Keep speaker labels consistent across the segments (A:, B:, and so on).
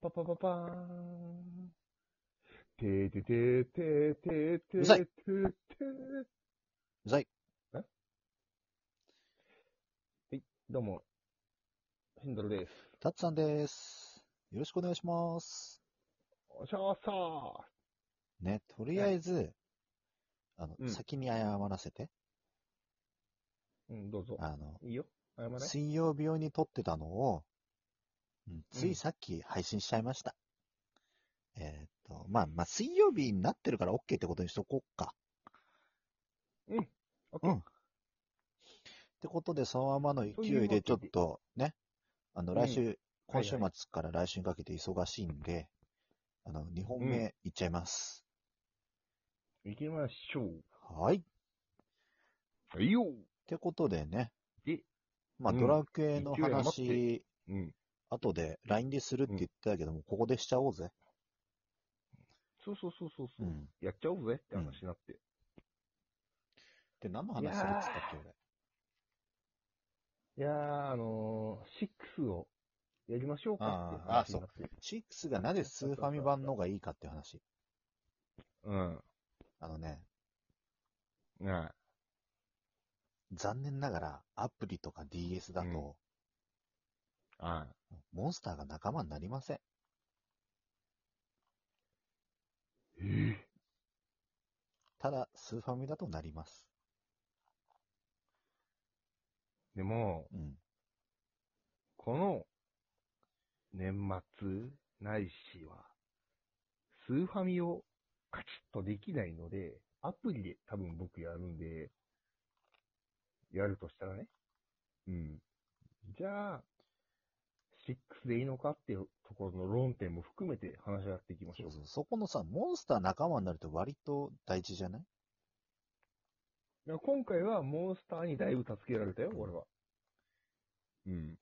A: パパパパーン。てててててて
B: うざ
A: て
B: い
A: て。
B: うざい。
A: どうも。ヘンドルです。
B: タッツさんです。よろしくお願いします。
A: おしゃーさー。
B: ね、とりあえず、あの、
A: うん
B: 先に謝らせて。
A: うん、どうぞ。
B: あの、
A: いいよ。謝れ。
B: 水曜日用に撮ってたのを、うん、つ
A: うん
B: いさっき配信しちゃいました。えーっと、まあ、まあ、水曜日になってるから OK ってことにしとこうか。
A: オッケ
B: う
A: ー
B: ん。ってことで、そのままの
A: そういう
B: 勢
A: わけ
B: い
A: で
B: でちょっとね、あの、
A: うん
B: 来週、今週
A: はいは
B: 末から来週にかけて忙しいんで、あの、2本
A: う
B: 目いっちゃいます。
A: 行きましょう。
B: はい。っ
A: はいよ
B: てことでね、
A: で
B: まあ、
A: うん
B: ドラクエの
A: 勢い余って
B: 話、
A: うん。
B: 後で LINE でするって言ってたけども、ここでしちゃおうぜ。
A: そうそうそうそうそうう、
B: ん。
A: やっちゃおうぜって話になって。
B: で、何の話するっつったっけ、俺。
A: いやー、あのー、6をやりましょうかっていう
B: あーあ
A: 話
B: ー
A: になって。
B: 6がなぜスーファミ版のがいいかっていう話。
A: うん。
B: あのね、
A: ね
B: 残念ながらアプリとか DS だと、
A: え。はい。
B: モンスターが仲間になりません。ただ、スーファミだとなります。
A: でも、
B: うん。
A: この、年末、ないしは、スーファミをカチッとできないので、アプリで多分僕やるんで、やるとしたらね。うん。じゃあ、6でいいのかっていうところの論点も含めて話し合っていきまし
B: そ
A: ょ
B: う
A: う。
B: そう。そこのさ、モンスター仲間になると割と大事じゃない
A: いや今回はモンスターにだいぶ助けられたよ、俺は。うん。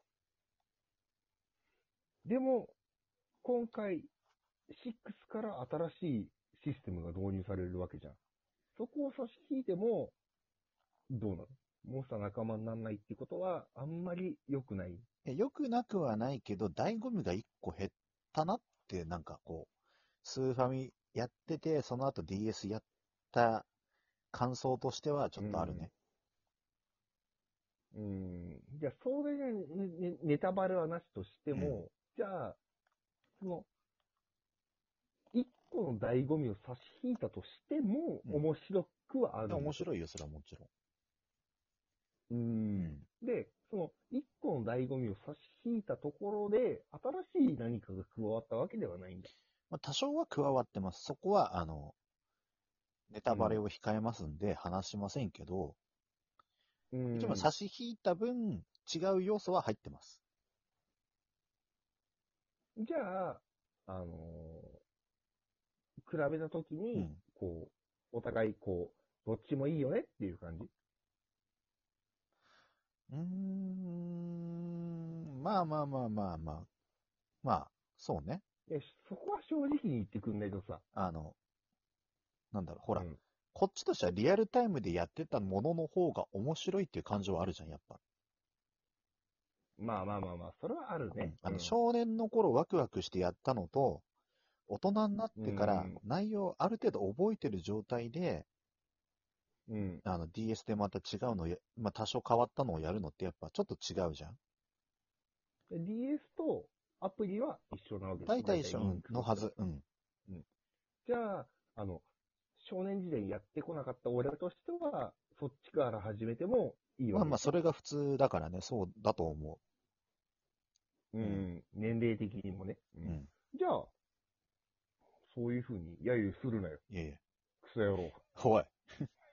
A: でも、今回、6から新しいシステムが導入されるわけじゃん。そこを差し引いても、どうなのモンスター仲間にならないってことは、あんまり良くない。
B: いや良くなくはないけど、醍醐味が一個減ったなって、なんかこう、スーファミやってて、その後 DS やった感想としてはちょっとあるね。
A: うん。じゃあ、それがねねネタバレはなしとしても、じゃあ、その、一個の醍醐味を差し引いたとしても、
B: うん
A: 面白くはある
B: で
A: んだ。
B: 面白いよ、それはもちろ。
A: うんん。で、その、一個の醍醐味を差し引いたところで、新しい何かが加わったわけではないんだ。
B: まあ、多少は加わってます。そこは、あの、ネタバレを控えますんで話しませんけど、
A: うん
B: 一応差し引いた分、違う要素は入ってます。
A: じゃあ、あのー比べたときに、
B: うん
A: こう、お互い、こう、どっちもいいよねっていう感じ。
B: うーん、まあまあまあまあまあ。まあ、そうね。
A: え、そこは正直に言ってくんないとさ。
B: あの、なんだろう、ほら、
A: うん
B: こっちとしてはリアルタイムでやってたものの方が面白いっていう感情はあるじゃん、やっぱ。
A: まあまあまあまあ、それはある
B: うん
A: ね。
B: あ
A: う
B: の、
A: ん
B: 少年の頃ワクワクしてやったのと、大人になってから
A: うん
B: 内容ある程度覚えてる状態で、
A: うん。
B: あの DS でまた違うのをや、まあ多少変わったのをやるのってやっぱちょっと違うじゃん。
A: で DS とアプリは一緒なわけ
B: 大体一緒うんのは。
A: 大体
B: ず。うん。
A: じゃあ、あの、少年時代やってこなかった俺としては、そっちから始めてもいいわ
B: まあ
A: け。
B: まあそれが普通だからね、そうだと思う。
A: うん。年齢的にもね。
B: うん。
A: じゃあ、そういうふうに揶揄するなよ。
B: いやいや。
A: クソ野郎。
B: おい。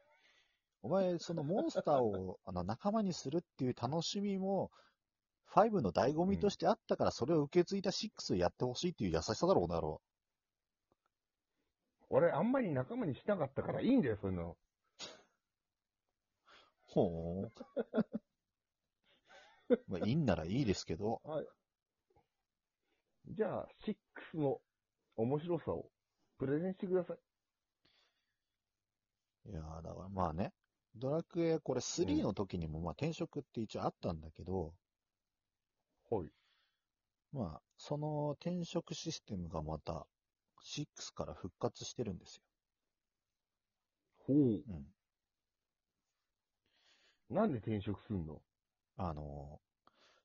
B: お前、そのモンスターをあの仲間にするっていう楽しみも、5の醍醐味としてあったから、それを受け継いだ6をやってほしいっていう優しさだろうなろ
A: 俺、あんまり仲間にしなかったからいいんだよ、そういうの。
B: う。ほーん。 まあ、いいんならいいですけど、
A: じゃあ、6の面白さをプレゼンしてください。
B: いやーだからまあね、ドラクエ、これ3の時にも、まあ転職って一応あったんだけど、
A: はい。
B: まあ、その転職システムがまた6から復活してるんですよ。
A: ほう。
B: うん。
A: なんで転職すんの
B: あの、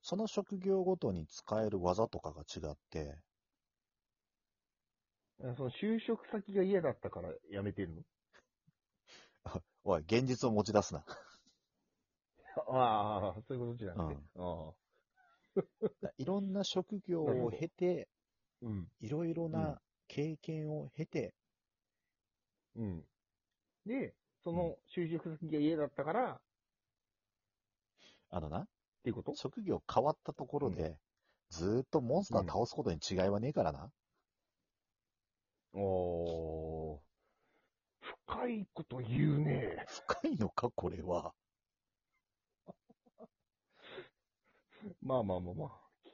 B: その職業ごとに使える技とかが違って、
A: あその就職先が嫌だったから辞めてんの
B: おい、現実を持ち出すな。
A: ああ、そういうことじゃなくて。ああ。
B: いろんな職業を経て、
A: うん。
B: いろいろな経験を経て、
A: うん。で、その就職先が嫌だったから、っ
B: あのな、
A: ていうこと
B: 職業変わったところで、ずーっとモンスター倒すことに違いはねえからな。
A: おー。深いこと言うね。
B: 深いのか、これは。
A: まあまあまあまあ、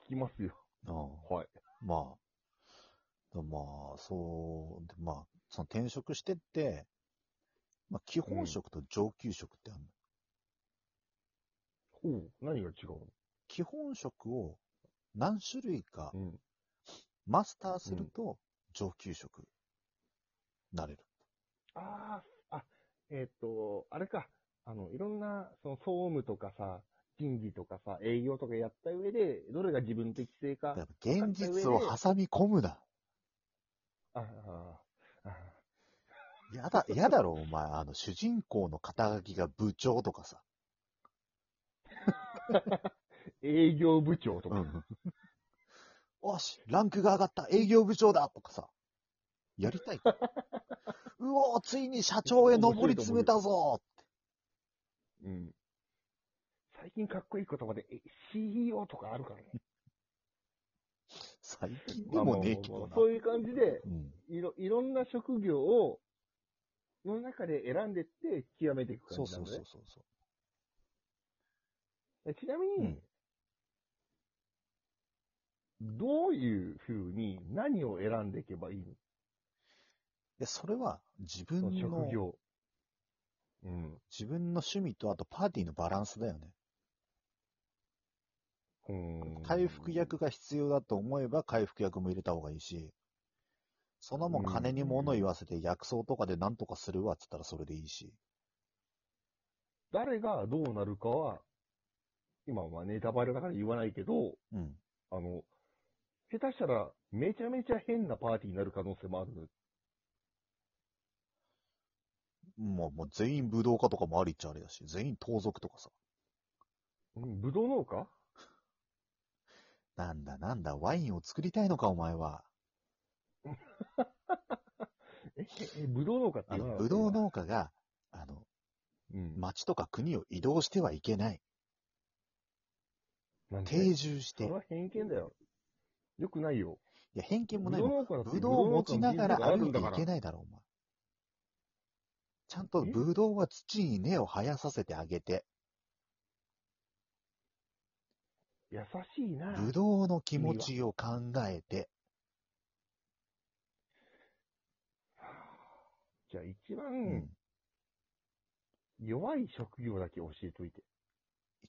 A: 聞きますよ。
B: うん
A: はい。
B: まあ、だまあ、そう、でまあ、その転職してって、まあ、基本職と上級職ってある
A: ほ
B: の。
A: う。何が違うの
B: 基本職を何種類か
A: うん。
B: マスターすると上級職になれる。
A: ああ、あ、えっ、と、あれか。あの、いろんな、その、総務とかさ、人事とかさ、営業とかやった上で、どれが自分適性か。
B: だから現実を挟み込むな。
A: ああ、あ
B: やだ、やだろ、お前。あの、主人公の肩書きが部長とかさ。
A: 営業部長とか。
B: おし、ランクが上がった営業部長だとかさ。やりたい かうおーついに社長へ上り詰めたぞ
A: うん。最近かっこいい言葉で、え CEO とかあるからね。
B: 最近でもねえけ
A: まあまあまあまあ。
B: どな
A: そういう感じで、
B: うん。
A: いろ、いろんな職業を、の中で選んでって極めていく感
B: そう
A: じなん
B: そ
A: だ
B: うそう
A: ね。
B: そうそ
A: えちなみ
B: う。う
A: に
B: ん、。
A: どういう風に何を選んでいけばいいの
B: で、それは自
A: そ
B: 分
A: の職
B: の、
A: 業。うん。
B: 自分の趣味とあとパーティーのバランスだよね。
A: うーん
B: 回復。役が必要だと思えば回復役も入れた方がいいし、そんなもん金に物言わせて薬草とかで何とかするわっつったらそれでいいし。
A: 誰がどうなるかは、今はネタバレだから言わないけど、
B: うん。
A: あの、下手したらめちゃめちゃ変なパーティーになる可能性もあるのよ。
B: もう、もう全員武道家とかもありっちゃあれだし、全員盗賊とかさ。
A: うん、ぶどう農家
B: なんだなんだ、ワインを作りたいのか、お前は。
A: え、え、えぶどう農家って
B: あ
A: 言わな
B: の、
A: かった
B: 武道農家が、あの、
A: うん。
B: 町とか国を移動してはいけない。
A: なんで
B: 定住し
A: そ
B: て。い
A: れは偏見だよ。よくないよ。
B: や、偏見
A: ぶ
B: もない
A: どう
B: もん。
A: 農家だって
B: 武道を持ちながら歩いていけ
A: い。
B: ないだろ、お前。ちゃんと
A: え
B: 武道は土に根を生やさせてあげて、
A: 優しいな。
B: 武道の気持ちを考えて、
A: じゃあ一番、
B: うん。
A: 弱い職業だけ教えといて。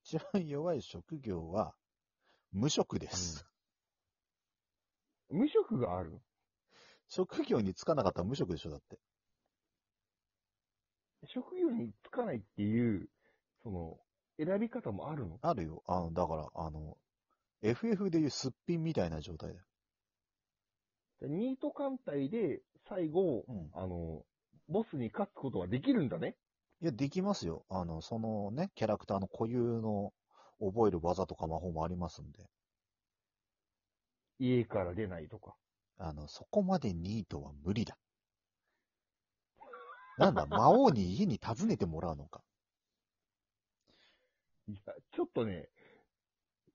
B: 一番弱い職業は、無職です。
A: 無職があるの
B: 職業に就かなかったら無職でしょ、だって。
A: 職業に就かないっていう、その、選び方もあるの
B: あるよ。あの、だから、あの、FF でいうすっぴんみたいな状態だよ。
A: じゃあニート艦隊で最後、
B: うん
A: あの、ボスに勝つことはできるんだね。
B: いや、できますよ。あの、そのね、キャラクターの固有の覚える技とか魔法もありますんで、
A: 家から出ないとか。
B: あの、そこまでニートは無理だ。なん だ、魔王に家に訪ねてもらうのか。
A: いや、ちょっとね、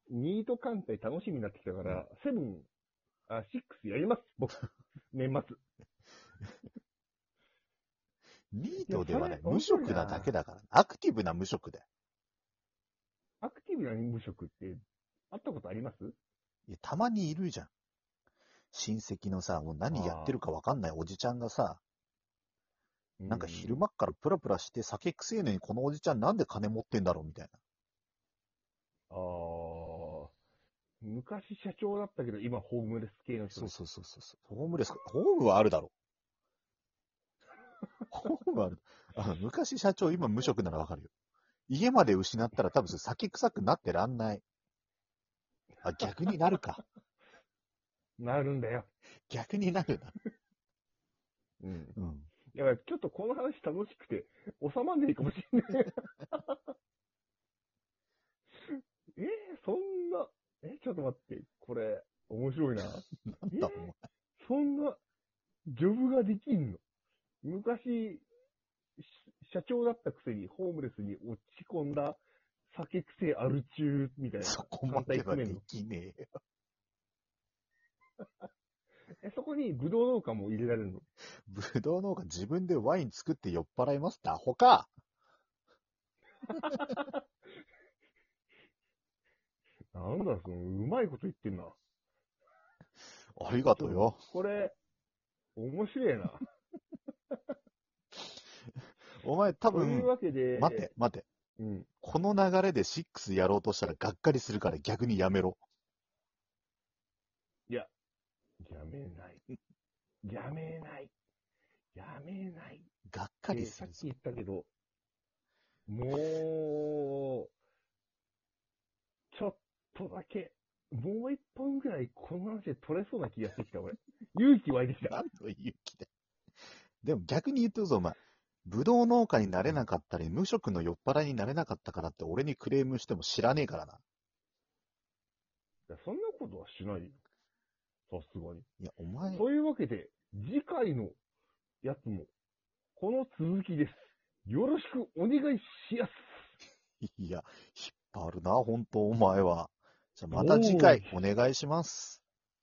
A: ニート艦隊楽しみになってきたから、セブン、あ、シックスやります、 僕。年末。
B: ニートではない
A: いや。それ
B: 無職なだけだから。アクティブな無職だよ。
A: アクティブな無職って、会ったことあります
B: いや、たまにいるじゃん。親戚のさ、もう何やってるかわかんないおじちゃんがさ、なんか昼間っからプラプラして酒くせえのにこのおじちゃんなんで金持ってんだろうみたいな。
A: ああ。昔社長だったけど、今ホームレス系の人
B: そう
A: です。
B: そうそうそうそう。ホームレス、ホームはあるだろ。 ホームはある。あの昔社長、今無職ならわかるよ。家まで失ったら多分それ酒臭くなってらんない。あ、逆になるか。
A: なるんだよ。
B: 逆になるな。
A: うん。
B: うん。
A: やばい、ちょっとこの話楽しくて、収まんないかもしれない。 えー、そんな、え、ちょっと待って、これ、面白いな。
B: なんだお前。
A: そんな、ジョブができんの昔、し社長だったくせにホームレスに落ち込んだ酒癖ある中みたいな。
B: そこまではできねえよ。
A: え、そこにブドウ農家も入れられるの
B: ぶどう農家自分でワイン作って酔っ払いますってアホか
A: なんだ、その、うまいこと言ってんな。
B: ありがとうよ。
A: これ、面白いな。
B: お前多
A: という
B: 分、
A: わけで、
B: 待て、待て。
A: うん。
B: この流れで6やろうとしたらがっかりするから逆にやめろ。
A: やめない。やめない。やめない。
B: がっかり
A: ですさっ
B: る
A: き
B: ぞ。
A: 言ったけど、もう、ちょっとだけ、もう一本ぐらいこの話で取れそうな気がしてきた、 俺。勇気湧いてきた。
B: 何の勇気だよ。でも逆に言ってるぞ、お前。ブドウ農家になれなかったり、無職の酔っ払いになれなかったからって俺にクレームしても知らねえからな。
A: いやそんなことはしないよ。さすがに。
B: いや、お前、
A: というわけで、次回のやつも、この続きです。よろしくお願いしやす。
B: いや、引っ張るな、本当お前は。じゃあまた次回お願いします。